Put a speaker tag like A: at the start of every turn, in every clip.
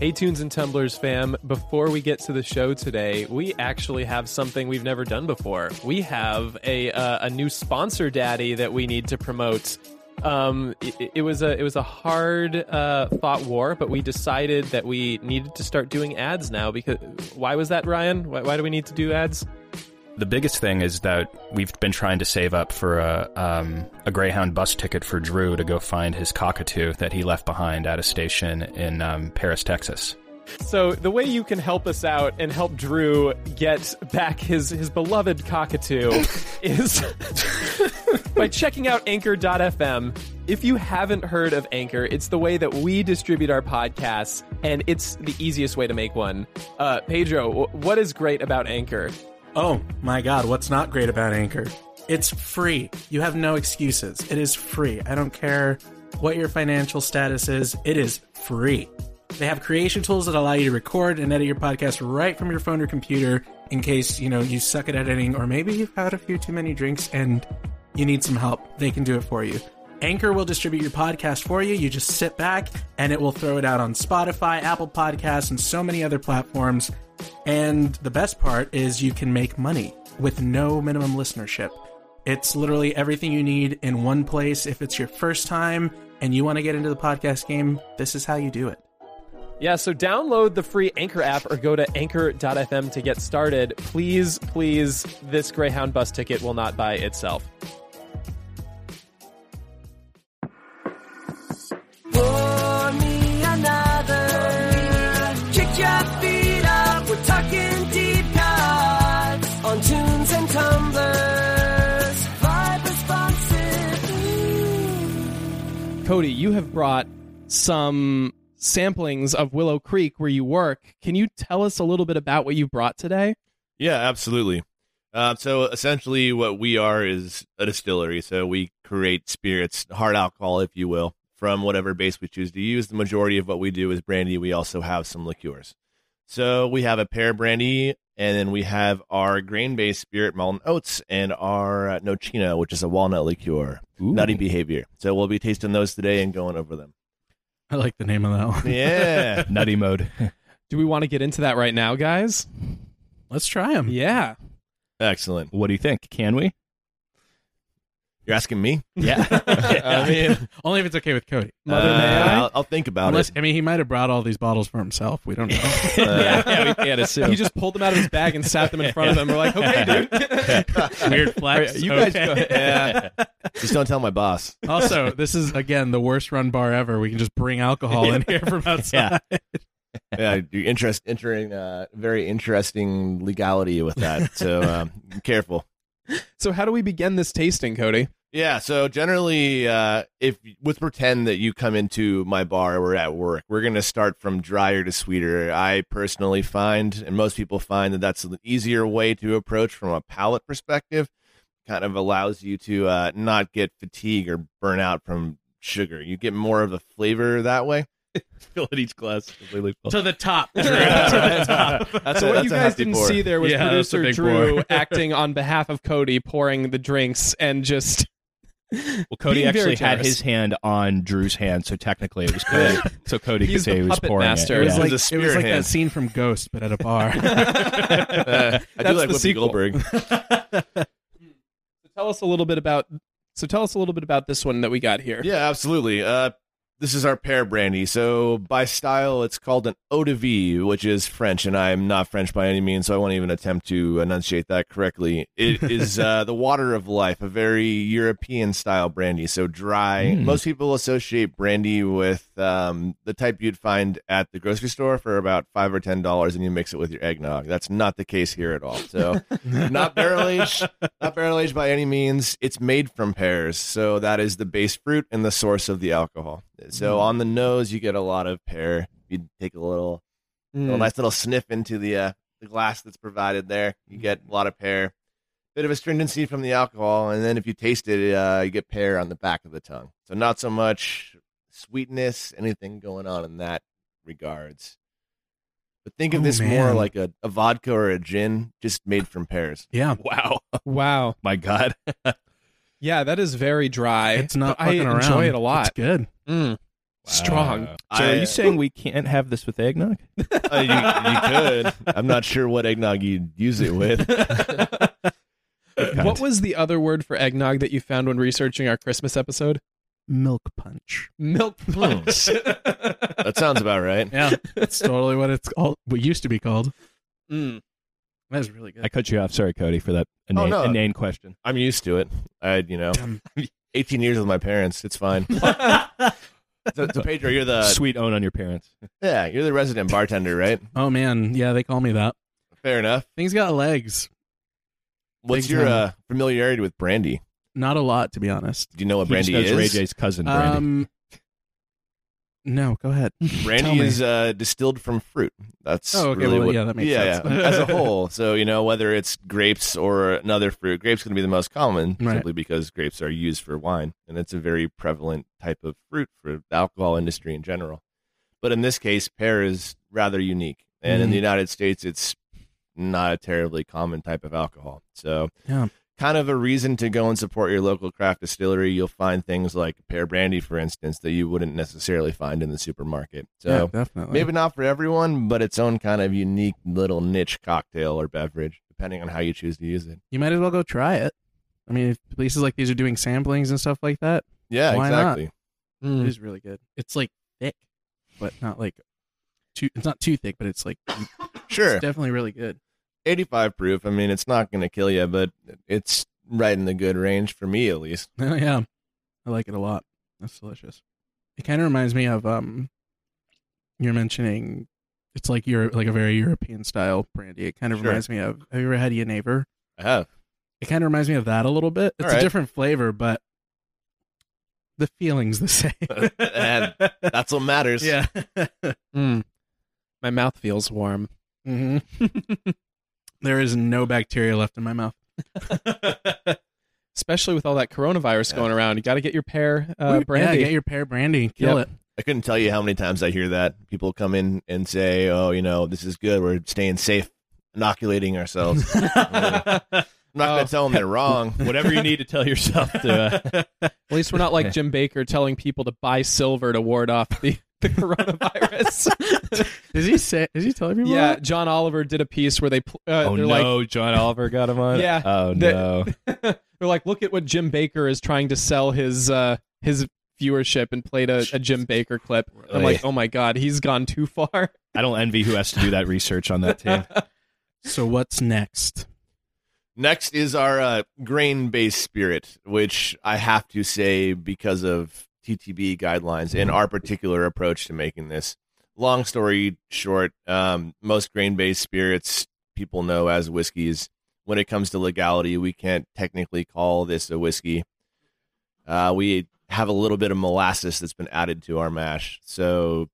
A: Hey, Tunes and Tumblers fam, before we get to the show today, we actually have something we've never done before. We have a, uh, a new sponsor daddy that we need to promote. Um, it, it was a it was a hard uh, thought war, but we decided that we needed to start doing ads now. Because why was that, Ryan? Why, why do we need to do ads?
B: The biggest thing is that we've been trying to save up for a um, a Greyhound bus ticket for Drew to go find his cockatoo that he left behind at a station in um, Paris, Texas.
A: So the way you can help us out and help Drew get back his his beloved cockatoo is by checking out anchor.fm. If you haven't heard of Anchor, it's the way that we distribute our podcasts and it's the easiest way to make one. Uh, Pedro, wh- what is great about Anchor?
C: Oh my god, what's not great about Anchor? It's free. You have no excuses. It is free. I don't care what your financial status is, it is free. They have creation tools that allow you to record and edit your podcast right from your phone or computer in case, you know, you suck at editing or maybe you've had a few too many drinks and you need some help. They can do it for you. Anchor will distribute your podcast for you. You just sit back and it will throw it out on Spotify, Apple Podcasts, and so many other platforms. And the best part is you can make money with no minimum listenership. It's literally everything you need in one place. If it's your first time and you want to get into the podcast game, this is how you do it.
A: Yeah, so download the free Anchor app or go to anchor.fm to get started. Please, please, this Greyhound bus ticket will not buy itself.
D: Cody, you have brought some samplings of Willow Creek where you work. Can you tell us a little bit about what you brought today?
E: Yeah, absolutely. Uh, so essentially, what we are is a distillery. So we create spirits, hard alcohol, if you will, from whatever base we choose to use. The majority of what we do is brandy. We also have some liqueurs. So we have a pear brandy, and then we have our grain-based spirit, malt and oats, and our uh, nocino, which is a walnut liqueur. Nutty behavior. So we'll be tasting those today and going over them.
C: I like the name of that one.
E: Yeah.
B: Nutty mode.
D: Do we want to get into that right now, guys?
C: Let's try them.
D: Yeah.
E: Excellent.
B: what do you think? Can we?
E: You're asking me?
B: Yeah.
E: I mean,
C: Only if it's okay with Cody.
E: uh,
D: I?
E: I'll, I'll think about
C: Unless
E: it.
C: I mean he might have brought all these bottles for himself. We don't know.
E: Uh,
B: yeah, we can't assume.
D: He just pulled them out of his bag and sat them in front of him. We're like, okay, dude.
C: Weird
B: Alright,
C: flex.
B: you guys
C: Okay.
B: go ahead.
E: just don't tell my boss.
C: also, this is again the worst run bar ever. We can just bring alcohol in here from outside.
E: yeah, you're interest entering uh, very interesting legality with that. So um, careful.
D: so, how do we begin this tasting, Cody?
E: Yeah. So generally, uh, if with pretend that you come into my bar, we're at work. We're gonna start from drier to sweeter. I personally find, and most people find that that's an easier way to approach from a palate perspective. Kind of allows you to uh, not get fatigue or burn out from sugar. You get more of a flavor that way. Fill it each glass completely full.
C: to the top.
E: That's
D: so
E: a-
D: what
E: that's
D: you
E: a
D: guys
E: hefty
D: didn't
E: pour.
D: see there was
E: Yeah, that's a
D: producer
E: big
D: Drew
E: pour.
D: acting on behalf of Cody, pouring the drinks and just
B: Well, Cody
D: Being very
B: actually had
D: generous.
B: his hand on Drew's hand, so technically it was Cody. so Cody
D: He's
B: could say
D: the
B: he was
D: puppet
B: pouring
D: master.
B: it.
C: It was,
E: Yeah.
C: like,
E: It was a
C: it was
E: spear
C: like that
E: hand.
C: scene from Ghost, but at a bar.
E: Uh, I do
D: That's
E: like
D: the
E: Whoopi
D: sequel.
E: Goldberg.
D: So tell us a little bit about. So tell us a little bit about this one that we got here.
E: Yeah, absolutely. Uh, this is our pear brandy. So by style, it's called an eau de vie, which is French, and I'm not French by any means, so I won't even attempt to enunciate that correctly. It is uh, the water of life, a very European style brandy. So dry.
B: Mm.
E: Most people associate brandy with um, the type you'd find at the grocery store for about five or ten dollars, and you mix it with your eggnog. That's not the case here at all. So not barrel aged, not barrel aged by any means. It's made from pears, so that is the base fruit and the source of the alcohol. So on the nose, you get a lot of pear. You take a little,
C: Mm.
E: a nice little sniff into the uh, the glass that's provided there. You get a lot of pear, bit of astringency from the alcohol, and then if you taste it, uh, you get pear on the back of the tongue. So not so much sweetness, anything going on in that regards. But think of
C: Oh,
E: this more
C: man.
E: like a, a vodka or a gin, just made from pears.
C: yeah,
B: Wow.
D: Wow.
B: My God.
D: Yeah, that is very dry.
C: it's not
D: I
C: fucking around.
D: enjoy it a lot.
C: It's good.
D: Mm. Strong.
B: Uh, So
E: I-
B: are you saying we can't have this with eggnog?
E: Uh, you, you could. I'm not sure what eggnog you'd use it with.
D: What was the other word for eggnog that you found when researching our Christmas episode?
C: Milk punch.
D: Milk punch.
E: That sounds about right.
C: Yeah, that's totally what it's all. What used to be called.
D: Mm.
C: That was really good.
B: I cut you off. Sorry, Cody, for that inane,
E: Oh, no.
B: inane question.
E: I'm used to it. I, you know, 18 years with my parents. It's fine. so, so Pedro, you're the
B: Sweet own on your parents.
E: yeah, you're the resident bartender, right?
C: oh man, yeah, they call me that.
E: Fair enough.
C: Things got legs.
E: What's
C: Big
E: your
C: time.
E: uh, familiarity with brandy?
C: Not a lot, to be honest.
E: Do you know what
B: He just
E: brandy
B: knows Ray
E: is?
B: J's cousin, Brandy.
C: Um, no, go ahead. Tell
E: Brandy
C: me.
E: is uh, distilled from fruit. That's
C: Oh, okay,
E: really
C: well,
E: what-
C: yeah, that makes
E: yeah,
C: sense.
E: yeah, as a whole. So you know whether it's grapes or another fruit, grapes going to be the most common
C: Right.
E: simply because grapes are used for wine, and it's a very prevalent type of fruit for the alcohol industry in general. But in this case, pear is rather unique, and in
C: Mhm.
E: the United States, it's not a terribly common type of alcohol. So
C: Yeah.
E: kind of a reason to go and support your local craft distillery. You'll find things like pear brandy, for instance, that you wouldn't necessarily find in the supermarket. So
C: yeah, definitely.
E: Maybe not for everyone, but its own kind of unique little niche cocktail or beverage, depending on how you choose to use it.
C: you might as well go try it. I mean, if places like these are doing samplings and stuff like that,
E: Yeah,
C: Why not?
E: exactly.
F: Hmm.
C: it is really good. It's like thick, but not like too. It's not too thick, but it's like
E: Sure.
C: it's definitely really good.
E: 85 proof. I mean, it's not going to kill you, but it's right in the good range for me, at least.
C: Oh, yeah, I like it a lot. That's delicious. It kind of reminds me of um, you're mentioning. It's like you're like a very European style brandy. It kind of
E: Sure.
C: reminds me of. Have you ever had Yenever?
E: I have.
C: It kind of reminds me of that a little bit. It's
E: All right.
C: a different flavor, but the feeling's the same.
E: And That's what matters.
C: yeah.
D: Mm. My mouth feels warm.
C: hmm
D: Mm-hmm.
C: there is no bacteria left in my mouth.
D: Especially with all that coronavirus
E: Yeah.
D: going around. You got to get your pear uh, brandy.
C: Yeah, get your pear brandy. Kill
D: Yep.
C: it.
E: I couldn't tell you how many times I hear that. People come in and say, oh, you know, this is good. We're staying safe, inoculating ourselves. I'm not going
D: Oh.
E: to tell them they're wrong.
B: Whatever you need to tell yourself to. Uh,
D: At least we're not like Jim Baker telling people to buy silver to ward off the, the coronavirus.
C: Does he say? Is he telling people?
D: yeah,
C: that?
D: John Oliver did a piece where they pl- uh,
B: oh,
D: they're
B: no.
D: like
B: John Oliver got him on?
D: Yeah,
B: Oh,
D: the-
B: no.
D: they're like look at what Jim Baker is trying to sell his uh, his viewership and played a, a Jim Baker clip. I'm like, oh my god, he's gone too far.
B: I don't envy who has to do that research on that team.
C: So what's next?
E: Next is our uh, grain based spirit, which I have to say, because of TTB guidelines and our particular approach to making this. Long story short, um, most grain based spirits people know as whiskeys. When it comes to legality, we can't technically call this a whiskey. Uh, we have a little bit of molasses that's been added to our mash, so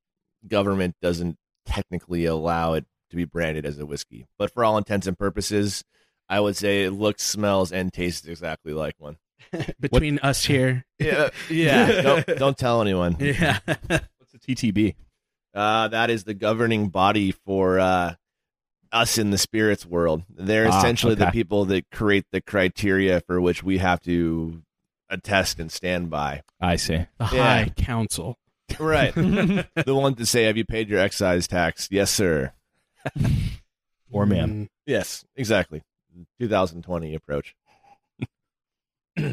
E: government doesn't technically allow it to be branded as a whiskey. But for all intents and purposes, I would say it looks, smells, and tastes exactly like one.
C: Between us here.
E: Yeah, yeah. don't, don't tell anyone.
C: Yeah.
B: What's a TTB?
E: Uh, that is the governing body for uh, us in the spirits world. They're
G: Ah,
E: essentially the
G: okay.
E: people that create the criteria for which we have to attest and stand by.
B: I see.
G: The
E: Yeah.
G: High Council.
E: Right. the one to say, have you paid your excise tax? Yes, sir.
G: Or man.
E: Yes, exactly. 2020 approach.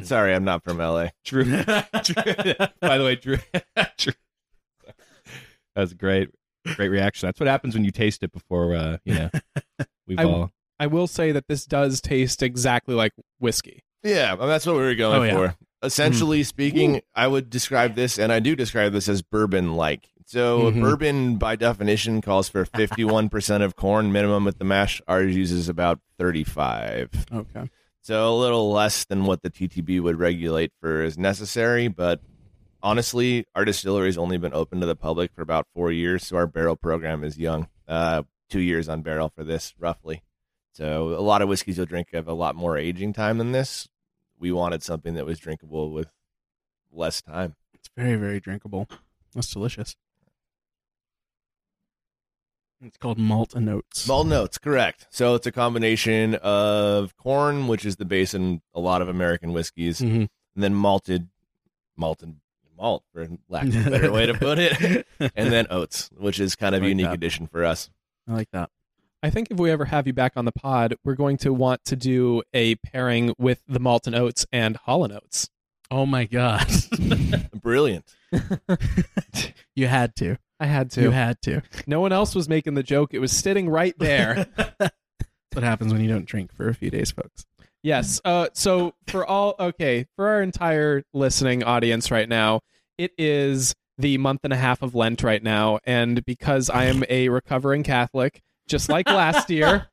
E: Sorry, I'm not from LA.
B: Drew. Drew- By the way, Drew. Drew.
G: That's great. Great reaction. That's what happens when you taste it before, uh, you know, we've
D: I-
G: all.
D: I will say that this does taste exactly like whiskey.
E: Yeah, well, that's what we were going
G: Oh, yeah. Mm-hmm.
E: for. Essentially speaking, I would describe this, and I do describe this as bourbon like. So,
G: Mhm.
E: bourbon by definition calls for 51% of corn minimum with the mash. Ours uses about 35.
G: Okay.
E: So, a little less than what the TTB would regulate for is necessary. But honestly, our distillery's only been open to the public for about four years. So, our barrel program is young. Uh, two years on barrel for this, roughly. So, a lot of whiskeys you'll drink have a lot more aging time than this we wanted something that was drinkable with less time.
G: It's very, very drinkable. That's delicious. It's called malt and oats.
E: Malt notes, correct. So it's a combination of corn, which is the base in a lot of American whiskeys,
G: Mhm.
E: and then malted, malted malt, for lack of a better way to put it, and then oats, which is kind of a
G: Like
E: unique
G: that.
E: addition for us.
G: I like that.
D: I think if we ever have you back on the pod, we're going to want to do a pairing with the malt and oats and Hall and Oats.
G: Oh my god.
E: Brilliant.
G: you had to.
D: I had
G: You
D: to.
G: had to.
D: no one else was making the joke. It was sitting right there.
G: That's what happens when you don't drink for a few days, folks.
D: yes. Uh, so for all, okay, for our entire listening audience right now, it is the month and a half of Lent right now, and because I am a recovering Catholic, just like last year.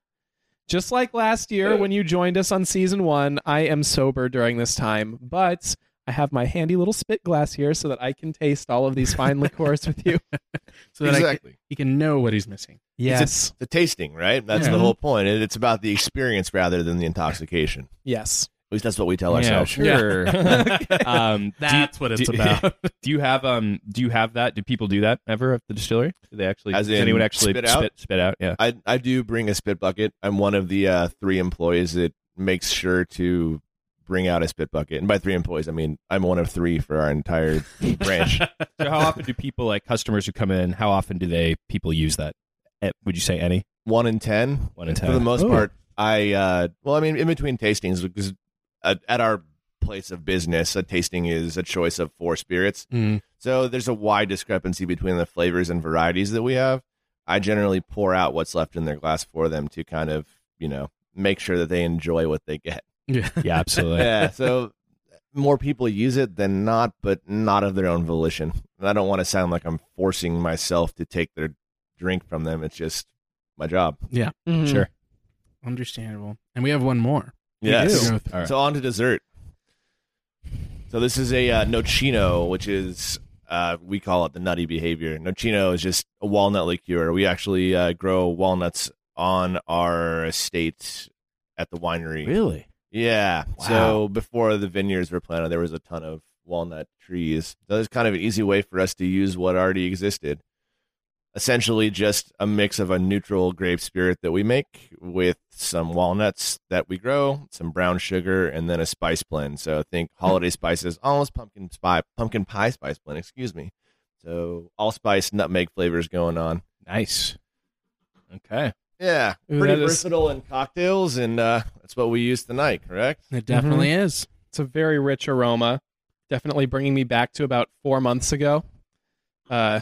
D: Just like last year when you joined us on season one, I am sober during this time, but I have my handy little spit glass here so that I can taste all of these fine liqueurs with you.
G: So that I can, he can know what he's missing.
D: Yes.
E: The tasting, right? That's
G: Yeah.
E: the whole point. It- It's about the experience rather than the intoxication.
D: yes.
E: At least that's what
D: Oh,
E: we tell
B: Yeah,
E: ourselves.
B: sure. um,
G: That's what it's
B: do-
G: about.
B: Do you have um? Do you have that? Do people do that ever at the distillery? Do they actually?
E: As
B: does
E: in
B: anyone actually
E: spit out?
B: Spit, spit out? Yeah.
E: I I do bring a spit bucket. I'm one of the uh, three employees that makes sure to bring out a spit bucket. And by three employees, I mean I'm one of three for our entire branch.
B: So how often do people like customers who come in? How often do they people use that? Eh, Would you say any?
E: One in ten.
B: One in
E: For the
B: ten.
E: most
B: Ooh.
E: part, I uh, well, I mean, in between tastings, because at, at our place of business, a tasting is a choice of four spirits.
B: Mm.
E: So there's a wide discrepancy between the flavors and varieties that we have. I generally pour out what's left in their glass for them to kind of, you know, make sure that they enjoy what they get.
G: Yeah.
B: Yeah, absolutely.
E: yeah, so more people use it than not, but not of their own volition. And I don't want to sound like I'm forcing myself to take their drink from them. It's just my job.
G: Mm-hmm.
B: Sure.
G: Understandable. And we have one more.
E: Yes.
G: To go through.
E: So on to dessert. So this is a uh, nocino, which is uh, we call it the nutty behavior. Nocino is just a walnut liqueur. We actually uh, grow walnuts on our estate at the winery.
B: Really?
E: Yeah. So before the vineyards were planted, there was a ton of walnut trees. So it's kind of an easy way for us to use what already existed. Essentially, just a mix of a neutral grape spirit that we make with some walnuts that we grow, some brown sugar, and then a spice blend. So think
B: Hmm.
E: holiday spices, almost pumpkin pie, pumpkin pie spice blend. Excuse me. So allspice, nutmeg flavors going on.
B: Nice. Okay.
E: Yeah,
D: Ooh,
E: pretty
D: that is-
E: versatile in cocktails, and uh, that's what we use tonight. Correct?
G: It
B: Mm-hmm.
G: definitely is.
D: It's a very rich aroma, definitely bringing me back to about four months ago. Uh,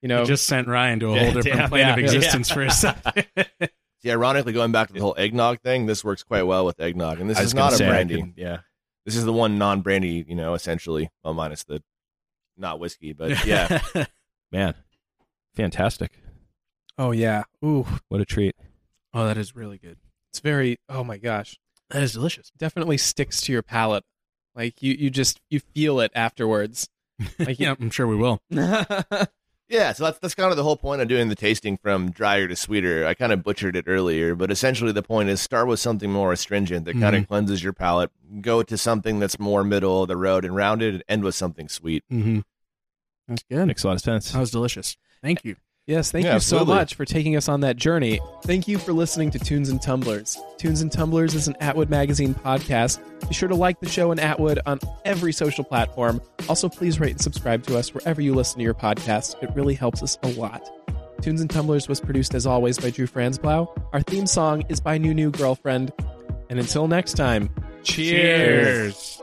D: you know,
G: You just sent Ryan to a
B: Oh. Yeah,
G: whole different
B: damn,
G: plane of
B: yeah.
G: existence for a second.
E: See, ironically, going back to the whole eggnog thing, this works quite well with eggnog, and this
B: I
E: is
B: was gonna
E: not a
B: say, I
E: brandy.
B: could- yeah.
E: This is the one non-brandy, you know, essentially, well, minus the not whiskey, but yeah,
B: Man. Fantastic.
D: oh yeah, ooh,
B: What a treat.
G: oh, that is really good.
D: it's very. Oh my gosh,
G: That is delicious.
D: definitely sticks to your palate. Like you, you just you feel it afterwards. Like
G: Yeah, I'm sure we will.
E: yeah. So that's that's kind of the whole point of doing the tasting from drier to sweeter. I kind of butchered it earlier, but essentially the point is start with something more astringent that kind of cleanses your palate. Go to something that's more middle of the road and rounded, and end with something sweet.
G: Mm-hmm. That's good.
B: Makes a lot of sense.
G: That was delicious. Thank you.
D: Yes, thank
E: Yeah,
D: you
E: absolutely.
D: so much for taking us on that journey. Thank you for listening to Tunes and Tumblers. Tunes and Tumblers is an Atwood Magazine podcast. Be sure to like the show and Atwood on every social platform. Also, please rate and subscribe to us wherever you listen to your podcast. It really helps us a lot. Tunes and Tumblers was produced as always by Drew Franzblau. Our theme song is by New New Girlfriend. And until next time,
C: Cheers.